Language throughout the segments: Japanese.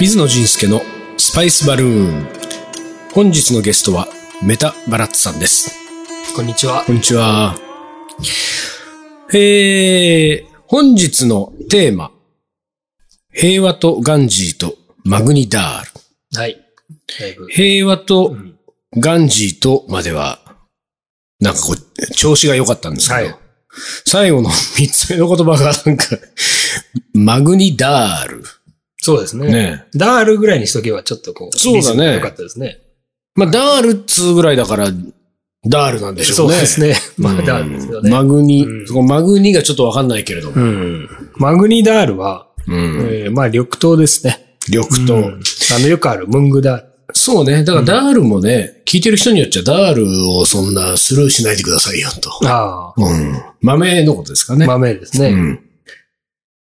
水野仁介のスパイスバルーン。本日のゲストはメタバラッツさんです。こんにちは。こんにちは。えー、本日のテーマ。平和とガンジーとマグニダール。はい。だいぶ。平和うとんガンジーとまでは、なんかこう、調子が良かったんですけど、はい最後の三つ目の言葉がなんか、マグニダール。そうですね。ねダールぐらいにしとけばちょっとこう、そうだねリズムが良かったですね。まあ、ダールっつうぐらいだから、ダールなんでしょそううね。ですね。まあ、うんダールですよね。マグニ、うんそこマグニがちょっとわかんないけれども。うん。マグニダールは、うんえーまあ、緑豆ですね。緑う豆、んあの、よくあるムングダール。そうね。だからダールもね、聞いてる人によっちゃダールをそんなスルーしないでくださいよと。ああ、うん。豆のことですかね。豆ですうね。ん。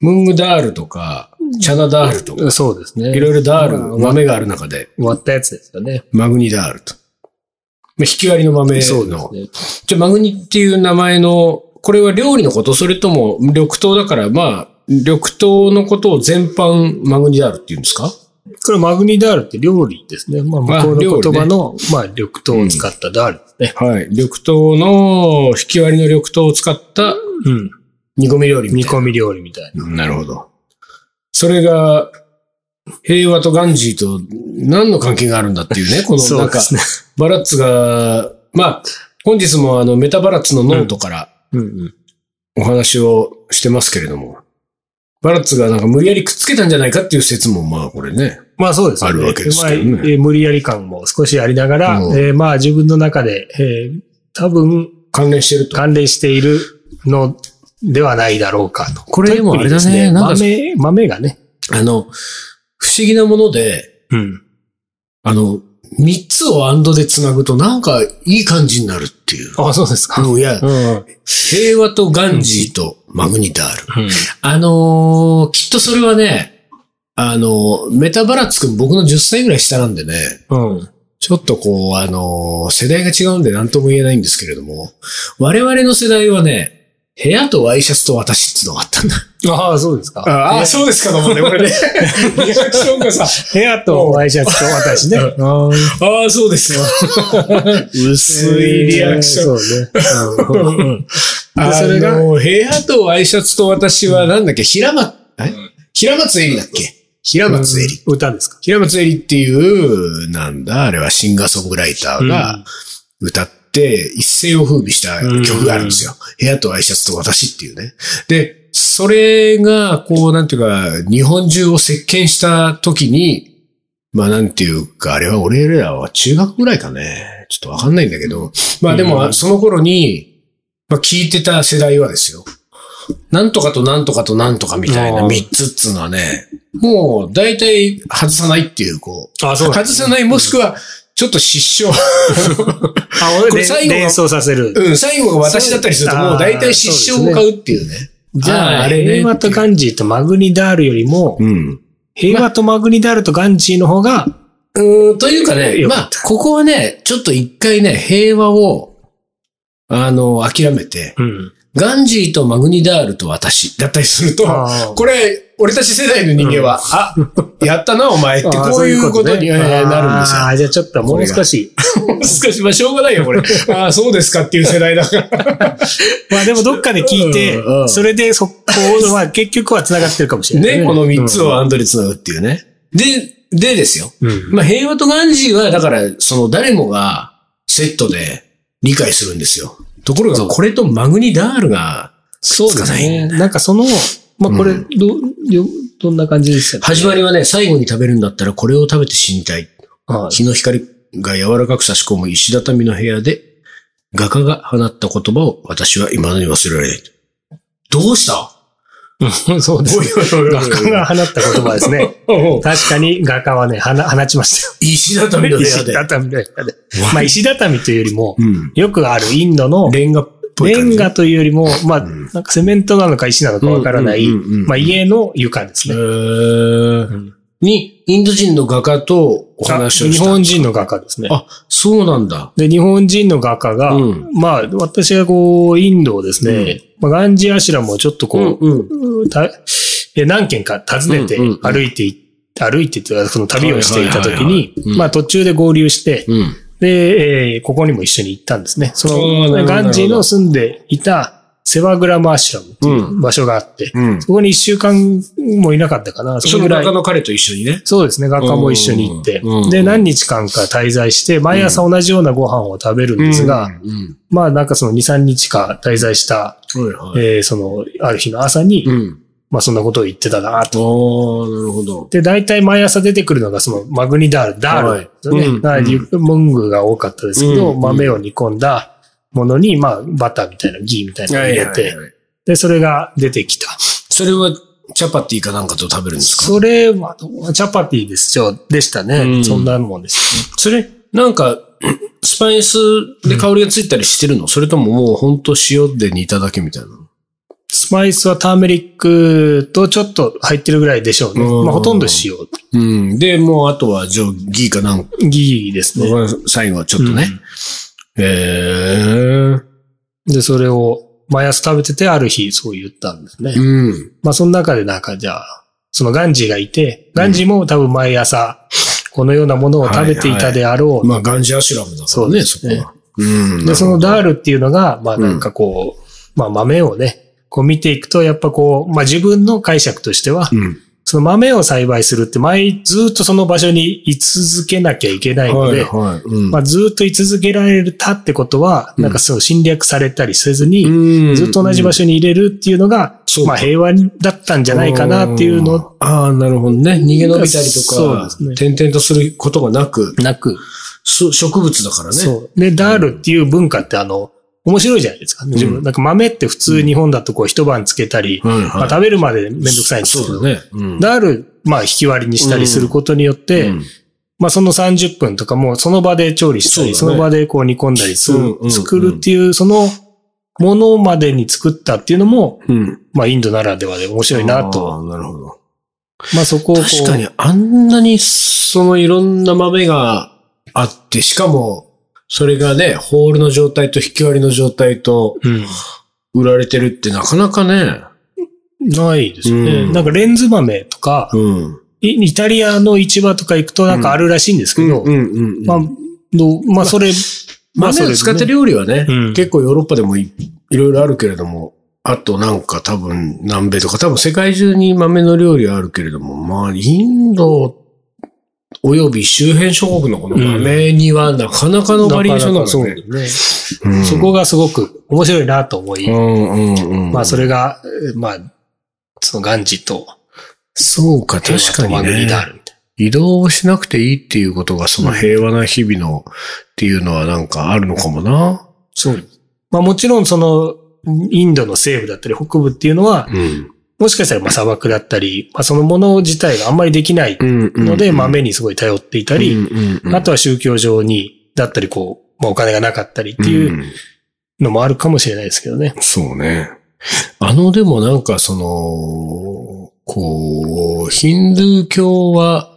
ムングダールとか、チャナダールとか、そうですね。いろいろダール、まあ豆がある中で、割ったやつですよね。マグニダールと。まあ、引き割りの豆の。そうですね。じゃあ、マグニっていう名前の、これは料理のことそれとも緑豆だから、まあ、緑豆のことを全般マグニダールって言うんですかこれマグニダールって料理ですね。まあ、まあ向こうの言葉の、まあ、緑豆を使ったダールですね。はい。緑豆の、引き割りの緑豆を使ったうん。煮込み料理み煮たい込み料理みたいな。な。なるほど。それが、平和とガンジーと何の関係があるんだっていうね、このそなうんかで、すね。バラッツが、まあ、本日もあの、メタバラッツのノートからうんうん。お話をしてますけれども、バラッツがなんか無理やりくっつけたんじゃないかっていう説も、まあこれね。まあそうですよね。あるわけですけどねまあえー無理やり感も少しありながら、うんえーまあ自分の中で、えー多分関連してると。関連しているのではないだろうかと。これでもあれだねなんか豆、豆がね。あの、不思議なもので、うん。あの、三つをアンドで繋ぐとなんかいい感じになるっていう。あ、そうですか。うん、いやう、ん。平和とガンジーとマグニタール。うんあのーきっとそれはね、あのーメタバラッツ君僕の10歳ぐらい下なんでね、うん。ちょっとこう、あのー世代が違うんで何とも言えないんですけれども、我々の世代はね、部屋とワイシャツと私っていうのがあったんだ。ああ、そうですか。ああ、そうですか、もうね、こ れね。リアクションがさ、部屋とワイシャツと私ね。うあーああ、そうですわ。薄いリアクション。ン。そうね。うんうんうんあでそれが、のー部屋とワイシャツと私はなんだっけ、平松、え平松エリだっけ平松エリ。歌ですか。平松エリっていう、なんだ、あれはシンガーソングライターが歌って一世を風靡した曲があるんですよ。部屋とワイシャツと私っていうね。で、それが、こう、なんていうか、日本中を席巻した時に、まあなんていうか、あれは俺らは中学ぐらいかね。ちょっとわかんないんだけど。まあでうも、んその頃に、まあ聞いてた世代はですよ。なんとかとなんとかとなんとかみたいなあー三つっつうのはね、もう大体外さないっていう、こう。あ、そうなん外ですさないもしくは、ちょっと失笑。あ、こ俺れ最後が連想させる。うん、最後が私だったりすると、そうもう大体失笑を買うっていうね。じゃあ、あーあれね平和とガンジーとマグニダールよりも、うん。平和とマグニダールとガンジーの方が、うん、というかね、よまかあ、ここはね、ちょっと一回ね、平和を、あの、諦めて、うん。ガンジーとマグニダールと私だったりすると、あーこれ、俺たち世代の人間は、あ、やったな、お前って、あーこういうことにえーなるんですよあ。あ、じゃあちょっともう少し。少し、まあ、しょうがないよ、こ れ。ああ、そうですかっていう世代だから。まあでもどっかで聞いてうんうん、それでそこ は結局は繋がってるかもしれない。ね、この3つをアンドに繋ぐっていうね。で、でですよ。うん。うん。まあ、平和とガンジーは、だから、その誰もがセットで理解するんですよ。ところが、これとマグニダールが、そうでつかすないね。なんかその、まあこれ、うど、よどんな感じでしたっけ始まりはね、最後に食べるんだったらこれを食べて死にたい。はい日の光が柔らかく差し込む石畳の部屋で、画家が放った言葉を私は未だに忘れられない。どうしたうんそうですね。画家が放った言葉ですね。確かに画家はね、放放ちましたよ。石畳の部屋 石で。畳の部屋で。 まあ石畳というよりも、うん。よくあるインドのレンガっぽいレ感ンじ。ガというよりも、まあ、うんなんかセメントなのか石なのかわからない、うんうんうんうんまあ家の床ですね。へーに、インド人の画家とおあ話を日した。本人の画家ですね。あ、そうなんだ。で、日本人の画家が、うんまあ、私がこう、インドをですね、まあ、ガンジアシュラムをちょっとこう、うん。たえ何軒か訪ねてうんうんうん歩いてい、歩いてというか、その旅をしていたは時いはいにはいはいうん、まあ途中で合流して、うん。で、えーここにも一緒に行ったんですね。そおーなるほどの、ガンジーの住んでいたセワグラムアシュラムっていう場所があって、うん。そこに一週間もいなかったかな、そそののぐらい中。の彼と一緒にね。そうですね、学科も一緒に行ってうんうん、で、何日間か滞在して、毎朝同じようなご飯を食べるんですが、うん。まあなんかその2、3日か滞在した、はいはい。えーその、ある日の朝に、ん。まあそんなことを言ってたなと。おー、なるほど。で、大体毎朝出てくるのがそのマグニダール、ダールですよね。はいうんはいうんモングが多かったですけど、うん豆を煮込んだものに、まあバターみたいな、ギーみたいなのを入れて、はい。で、それが出てきた。それは、チャパティかなんかと食べるんですかそれは、チャパティですよ。でしたうね。んそんなもんです。それ、なんか、 スパイスで香りがついたりしてるの、それとももうほんと塩で煮ただけみたいなのスパイスはターメリックとちょっと入ってるぐらいでしょうね。うんまあほとんど塩。うん。で、もうあとは、じゃあ、ギーかなんか、ギーですね。最後はちょっとね。へえ。で、それを毎朝食べてて、ある日そう言ったんですね。うん。まあ、その中でなんか、じゃあ、そのガンジーがいて、ガンジーも多分毎朝、このようなものを食べていたであろう。まあ、ガンジアシュラムだからね、そそうですねこは。うんで、そのダーールっていうのが、まあ、なんかこう、まあ、豆をね、こう見ていくと、やっぱこう、まあ、自分の解釈としては、うん。その豆を栽培するって、前、ずっとその場所に居続けなきゃいけないのはいで、はい。うんまあ、ずっと居続けられたってことは、なんかそう侵略されたりせずに、うんずっと同じ場所に入れるっていうのが、そうかまあ平和だったんじゃないかなっていうの。ああ、なるほどね。逃げ延びたりとそうかで、すね転々とすることがなく、なく、そう植物だからね。そう。で、ダールっていう文化ってあの、面白いじゃないですか。自分、なんか豆って普通日本だとこう一晩つけたり、はいはいまあ食べるまでめんどくさいんですけそうど、だね。うんダール、まあ引き割りにしたりすることによって、うんまあその30分とかもうその場で調理したり、そそうだねの場でこう煮込んだりする、うんうんうん作るっていう、そのものまでに作ったっていうのも、うん。まあインドならではで面白いなと。あーなるほど。まあそこをこう確かにあんなにそのいろんな豆があって、しかも、それがね、ホールの状態と引き割りの状態とうん。売られてるってなかなかね。ないですね。うんなんかレンズ豆とか、うん。イイタリアの市場とか行くとなんかあるらしいんですけど、んうんまあ、どうまあそれ、まあ豆それをね使った料理はね、うん結構ヨーロッパでもいいろいろあるけれども、あとなんか多分南米とか多分世界中に豆の料理はあるけれども、まあインドおよび周辺諸国のこの豆にはなかなかのバリエーションだなもかなかそんうね。ですうね。んそこがすごく面白いなと思い、うんうんうん。まあそれが、えーまあ、そのガンジと、そうか、確かマにグニね。ダールみたい移動をしなくていいっていうことが、その平和な日々のっていうのはなんかあるのかもな。な。そう。まあもちろんその、インドの西部だったり北部っていうのは、うん。もしかしたらまあ砂漠だったり、まあそのもの自体があんまりできないうん、うん。ので、豆にすごい頼っていたり、うんうんうんあとは宗教上に、だったりこう、まあお金がなかったりっていううんのもあるかもしれないですけどね。そうね。あの、でもなんかその、こう、ヒンドゥー教は、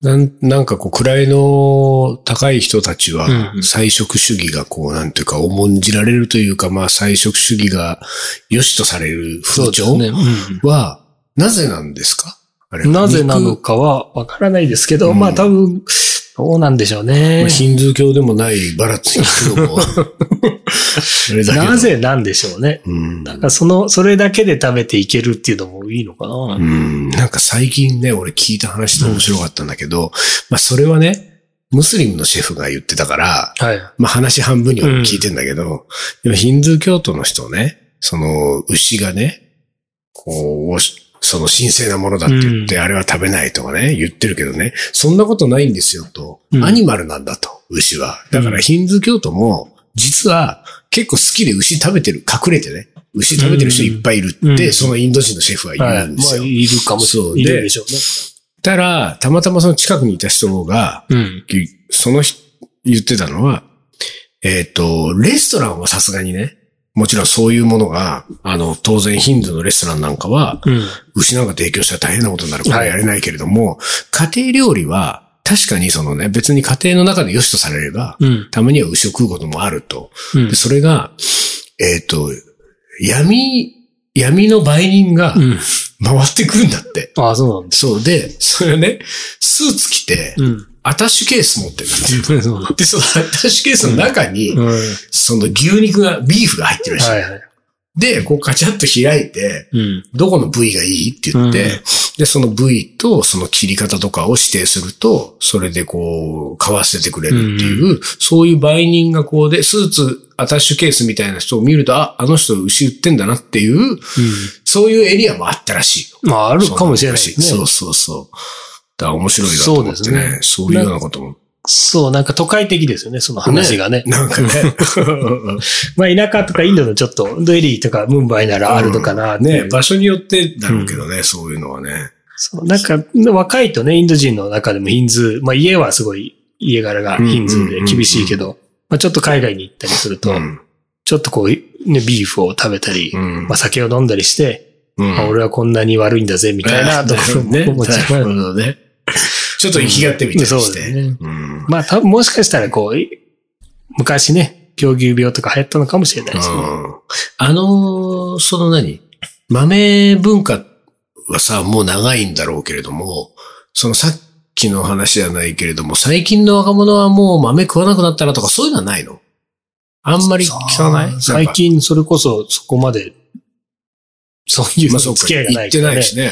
なん、なんかこう、位の高い人たちはうんう、ん菜食主義がこう、なんていうか、重んじられるというか、まあ、菜食主義が良しとされる風潮ね。うんは、なぜなんですかあれなぜなのかはわからないですけど、うんまあ多分、どうなんでしょう肉まねあ。ヒンズー教でもないバラツに行くの も。あれだけどなぜなんでしょうね。うん。だからその、それだけで食べていけるっていうのもいいのかな。うんなんか最近ね、俺聞いた話で面白かったんだけど、まあそれはね、ムスリムのシェフが言ってたから、はい。まあ話半分には聞いてんだけど、でもヒンズー教徒の人ね、その牛がね、こう、その神聖なものだって言って、あれは食べないとかね、言ってるけどね、そんなことないんですよと、うんアニマルなんだと、牛は。だからヒンズー教徒も、実は結構好きで牛食べてる、隠れてね、牛食べてる人いっぱいいるって、うんそのインド人のシェフは言はい。うんまですあ、よ。いるかもしれそなうい。いでるでしょうたら、たまたまその近くにいた人が、ね。きその人、言ってたのは、えっ、と、レストランはさすがにね、もちろんそういうものが、あの、当然ヒンドゥーのレストランなんかは、うん。うん。牛なんか提供したら大変なことになるからはいやれないけれども、家庭料理は、確かにそのね、別に家庭の中で良しとされれば、うん。たまには牛を食うこともあると。うんで、それが、えっ、と、闇、闇の売人が、うん。回ってくるんだって。ああ、そうなんだ。そうで、それをね、スーツ着て、うん。アタッシュケース持ってるんですよ。そうなんだ。で、そのアタッシュケースの中に、うん。はその牛肉が、ビーフが入ってるらしい。いはい。で、こうカチャッと開いて、うん。どこの部位がいいって言って、うんで、その部位とその切り方とかを指定すると、それでこう、買わせてくれるっていう、そういう売人がこうで、スーツ、アタッシュケースみたいな人を見ると、あ、あの人牛売ってんだなっていう、そういうエリアもあったらしいよ。まあ、あるかもしれないですね。そうそうそう。だから面白いなと思ってそうですねね。そういうようなことも。そう、なんか都会的ですよね、その話がね。なん かね。まあ、田舎とかインドのちょっと、デリーとかムンバイならあるのかな、ね、場所によってだろうけどね、そういうのはね。そう、なんか、若いとね、インド人の中でもヒンズー、まあ家はすごい家柄がヒンズーで厳しいけど、まあちょっと海外に行ったりすると、うん。ちょっとこう、ね、ビーフを食べたり、うんまあ酒を飲んだりして、うんあ俺はこんなに悪いんだぜ、みたいなところもね。思っちゃなるう。ほどね。ちょっと生きがってみたりそうしでて。すね。うんまあ多分もしかしたらこう、い昔ね、狂牛病とか流行ったのかもしれないですね。あのー、その何豆文化はさ、もう長いんだろうけれども、そのさっきの話じゃないけれども、最近の若者はもう豆食わなくなったらとかそういうのはないのあんまり聞かないさあ最。近それこそそこまで、そういうまあ、そう付か。き合いが行ないってないしね。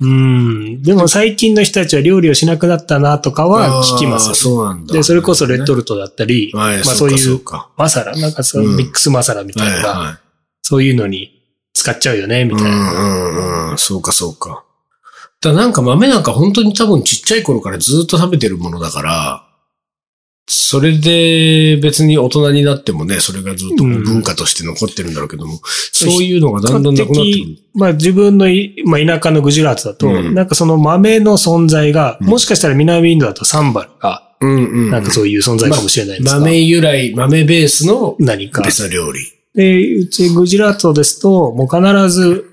うん。でも最近の人たちは料理をしなくなったなとかは聞きますあーよそうなんだ。で、それこそレトルルトだったり、はい、まあそうそうか、いそううか。マサラ、なんかそうのんミックスマサラみたいなのが、はい。そういうのに使っちゃうよね、みたいな。うんうんうん。そうか、そうか。だからなんか豆なんか本当に多分ちっちゃい頃からずっと食べてるものだから、それで別に大人になってもね、それがずっとこううん文化として残ってるんだろうけども、そういうのがだんだんなくなってくる。まあ自分のい、まあ、田舎のグジュラートだと、うんなんかその豆の存在が、うんもしかしたら南インドだとサンバルが、うんうん。なんかそういう存在かもしれないですが、豆由来、豆ベースの何か。別の料理。で、うちグジュラートですと、もう必ず、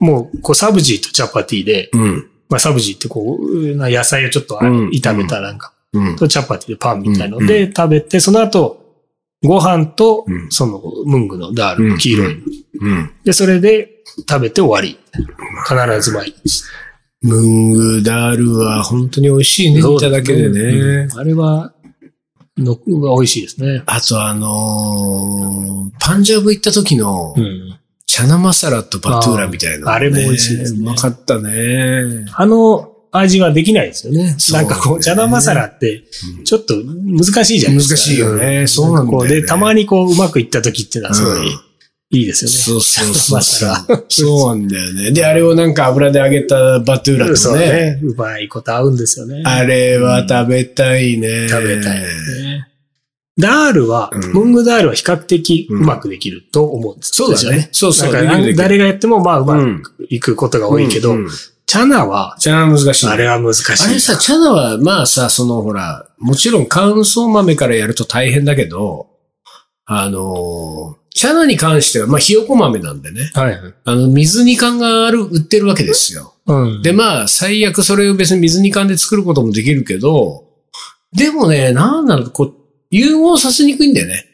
もうこうサブジーとチャパティで、うん。まあ、サブジーってこう、な野菜をちょっとあうん炒めたなんか、うん。とチャパティでパンみたいので食べて、その後、ご飯とう、んその、ムングのダールの黄色いの。うん。で、それで食べて終わり。必ず毎日。ムングダールは本当に美味しいね、いただけでね。うんあれは、の、が美味しいですね。あとあのーパンジャブ行った時の、うん。チャナマサラとバトゥーラみたいなのね、あーあれも美味しいですねうまかったね。あの味はできないですよね。そうなねんかこう、チャナマサラって、ちょっと難しいじゃないです難か。しいよねんそうなんだよねこで、たまにこう、うまくいった時っていうのはすごい、うんいいですよね。そうそうチャナそうマサラそう。そうなんだよね。で、あれをなんか油で揚げたバトゥーラそとうね。ね。うまいこと合うんですよね。あれは食べたいね。食べたいですね。ダールは、うんムングダールは比較的うまくできると思うんですそうだよね。。そうそう。だからできるできる誰がやってもまあううまんくいくことが多いけど、うんうんチャナは、チャナは難しいね。あれは難しい。あれさ、チャナは、まあさ、そのほら、もちろん乾燥豆からやると大変だけど、あのーチャナに関しては、まあ、ひよこ豆なんでね。はい。あの、水煮缶がある、売ってるわけですよ。うん。で、まあ、最悪それを別に水煮缶で作ることもできるけど、でもね、なんなのこう、融合させにくいんだよね。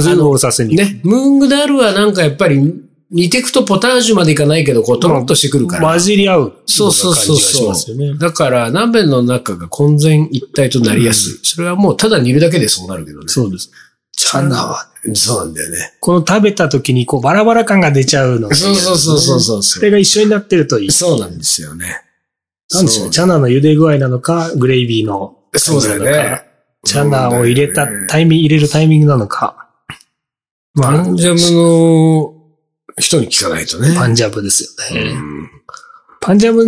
それをさせに。ね。ムーングダールはなんかやっぱり、煮てくとポタージュまでいかないけど、こう、トロッとしてくるから。混じり合うような感じそうそうそうそうがしますよね。だから、鍋の中が混然一体となりやすい。それはもう、ただ煮るだけでそうなるけどね。そうです。チャナは、そうなんだよね。この食べた時にこうバラバラ感が出ちゃうのがそうそうそうそうそうそれが一緒になってるといい。そうなんですよね。なんでしょうね。チャナの茹で具合なのか、グレイビーのそうだよね。チャナを入れたそうだよねタイミング、入れるタイミングなのか。まパあ、ンジャムの人に聞かないとね。パンジャブですよね。うんパンジャブ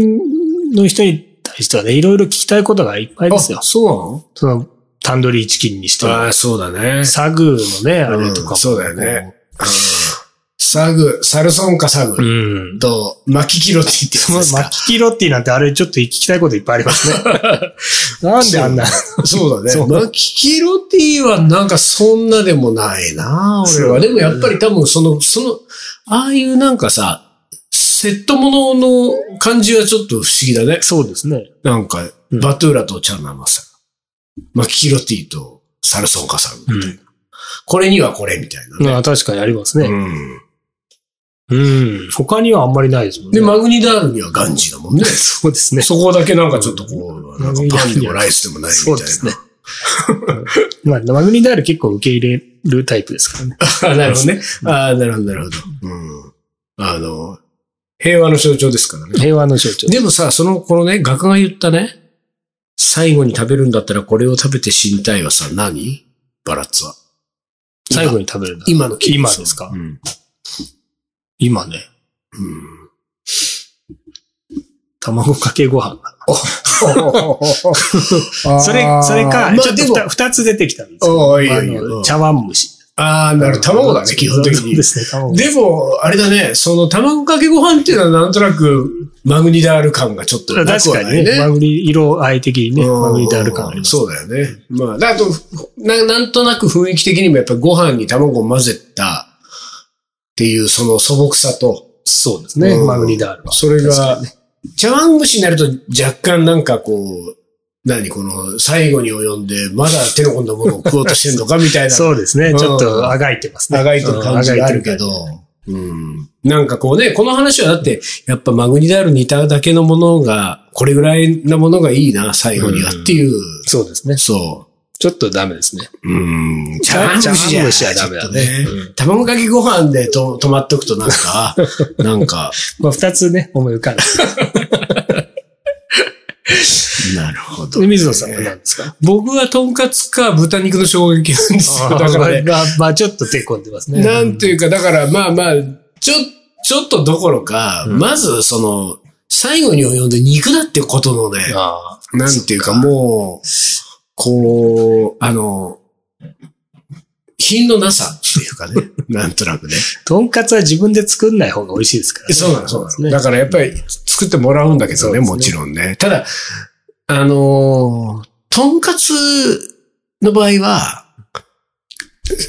の人に対してはね、いろいろ聞きたいことがいっぱいですよあ。そその、タンドリーチキンにしうてなのも、ああ、そうだね。サグーのね、あれとかも。うんそうだよね。うんサグ、サルソンカサグうん。と、マキキロティってそやのつですマか。キキロッティなんてあれちょっと聞きたいこといっぱいあります ね。なんであんな。そうだ そうね。マキキロティはなんかそんなでもないな俺は。そうだねでもやっぱり多分その、その、ああいうなんかさ、セットものの感じはちょっと不思議だね。そうですね。なんか、うんバトゥーラとチャンナマサ。マキキロティとサルソンカサグみたいな。これにはこれみたいなね。まあ確かにありますね。うん。うん。他にはあんまりないですもんね。で、マグニダールにはガンジーだもんね。 そうですね。そこだけなんかちょっとこう、なんかパンでもライスでもないみたそういですね。まあ、マグニダール結構受け入れるタイプですから ね。な。あなるほどね。ああ、なるほど、なるほど。うん。あの、平和の象徴ですからね。平和の象徴。でもさ、その、このね、画家が言ったね、最後に食べるんだったらこれを食べて死にたいはさ、何バラッツは。最後に食べるのは今の気分今ですかうん。今ね、 うん。卵かけご飯が。それ、それか、まちょあっとでふも、た二つ出てきたんですけどああいいよいいよあのうん茶碗蒸し。ああ、なる、卵だね、基本的そうにで。すね、卵。でも、あれだね、その卵かけご飯っていうのはなんとなく、マグニダール感がちょっとなく確はかないにね、マグリ、色合い的にね、うんマグリダール感あります。そうだよね。まあ、だと、ななんとなく雰囲気的にもやっぱりご飯に卵を混ぜたっていうその素朴さと、そうですね、うんマグリダールは。それ確かが、茶碗蒸しになると若干なんかこう、何この最後に及んで、まだ手の込んだものを食おうとしてんのかみたいな、 そうですうね、んちょっとあがいてますね。長いてる感じがあるけど、うん。なんかこうね、この話はだって、やっぱマグニダール似ただけのものが、これぐらいなものがいいな、最後にはっていう、そうですね。そう。ちょっとダメですね。うん。茶茶碗碗蒸蒸ししじじゃゃダダメメだだねね。卵かけご飯でと止まっとくとなん か、あなんか、まあ、二つね、思い浮かんで。なるほどで水野さんは何ですか僕はとんかつか豚肉の衝撃なんですよ。だからね、まあ、まあ、ちょっと手込んでますね。なんていうか、だからまあまあ、ちょ、ちょっとどころか、まずその、最後に及んで肉だってことのね、あなんていうかもう、こう、あの、品のなさっていうか ね、なんとなくね。あ。とんかつは自分で作んない方が美味しいですから、そうなの、そうなねの。だからやっぱり作ってもらうんだけどね、そうもですちねろんね。ただ、あのーとんかつの場合は、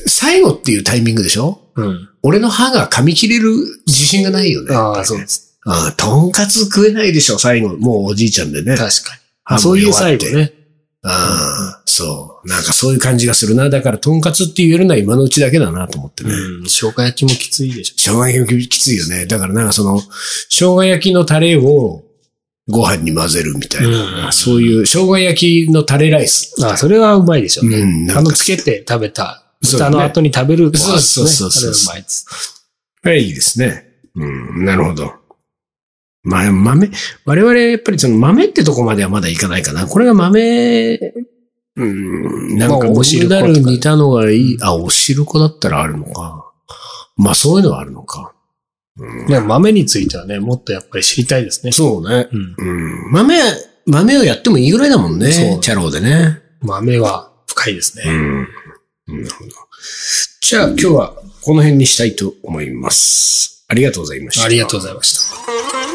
最後っていうタイミングでしょうん。俺の歯が噛み切れる自信がないよね。ああ、そうです。ああとんかつ食えないでしょ、最後。もうおじいちゃんでね。確かに。そういう最後ね。ね。ああ、そう。なんかそういう感じがするな。だから、とんかつって言えるのは今のうちだけだなと思ってね。うん。生姜焼きもきついでしょ。生姜焼きもきついよね。だからなんかその、生姜焼きのタレをご飯に混ぜるみたいな、うんそういう生姜焼きのタレライス。ああ、それはうまいでしょうね。うんなんかあの、つけて食べた。そうだあねの後に食べるご飯ですね。そうそうそうそうあれうまいです。はい、いいですね。うん、なるほど。まあ、豆、我々やっぱりその豆ってとこまではまだいかないかな。これが豆、うん、なんかまあおおしる汁ことだかる似たのがいい。あ、お汁粉だったらあるのか。まあ、そういうのはあるのか。でも豆についてはね、もっとやっぱり知りたいですね。そうね。うん。うん、豆、豆をやってもいいぐらいだもんそねう。チャローでね。豆は深いですね。うん。なるほど。じゃあ今日はこの辺にしたいと思います。ありがとうございました。ありがとうございました。 Thank you.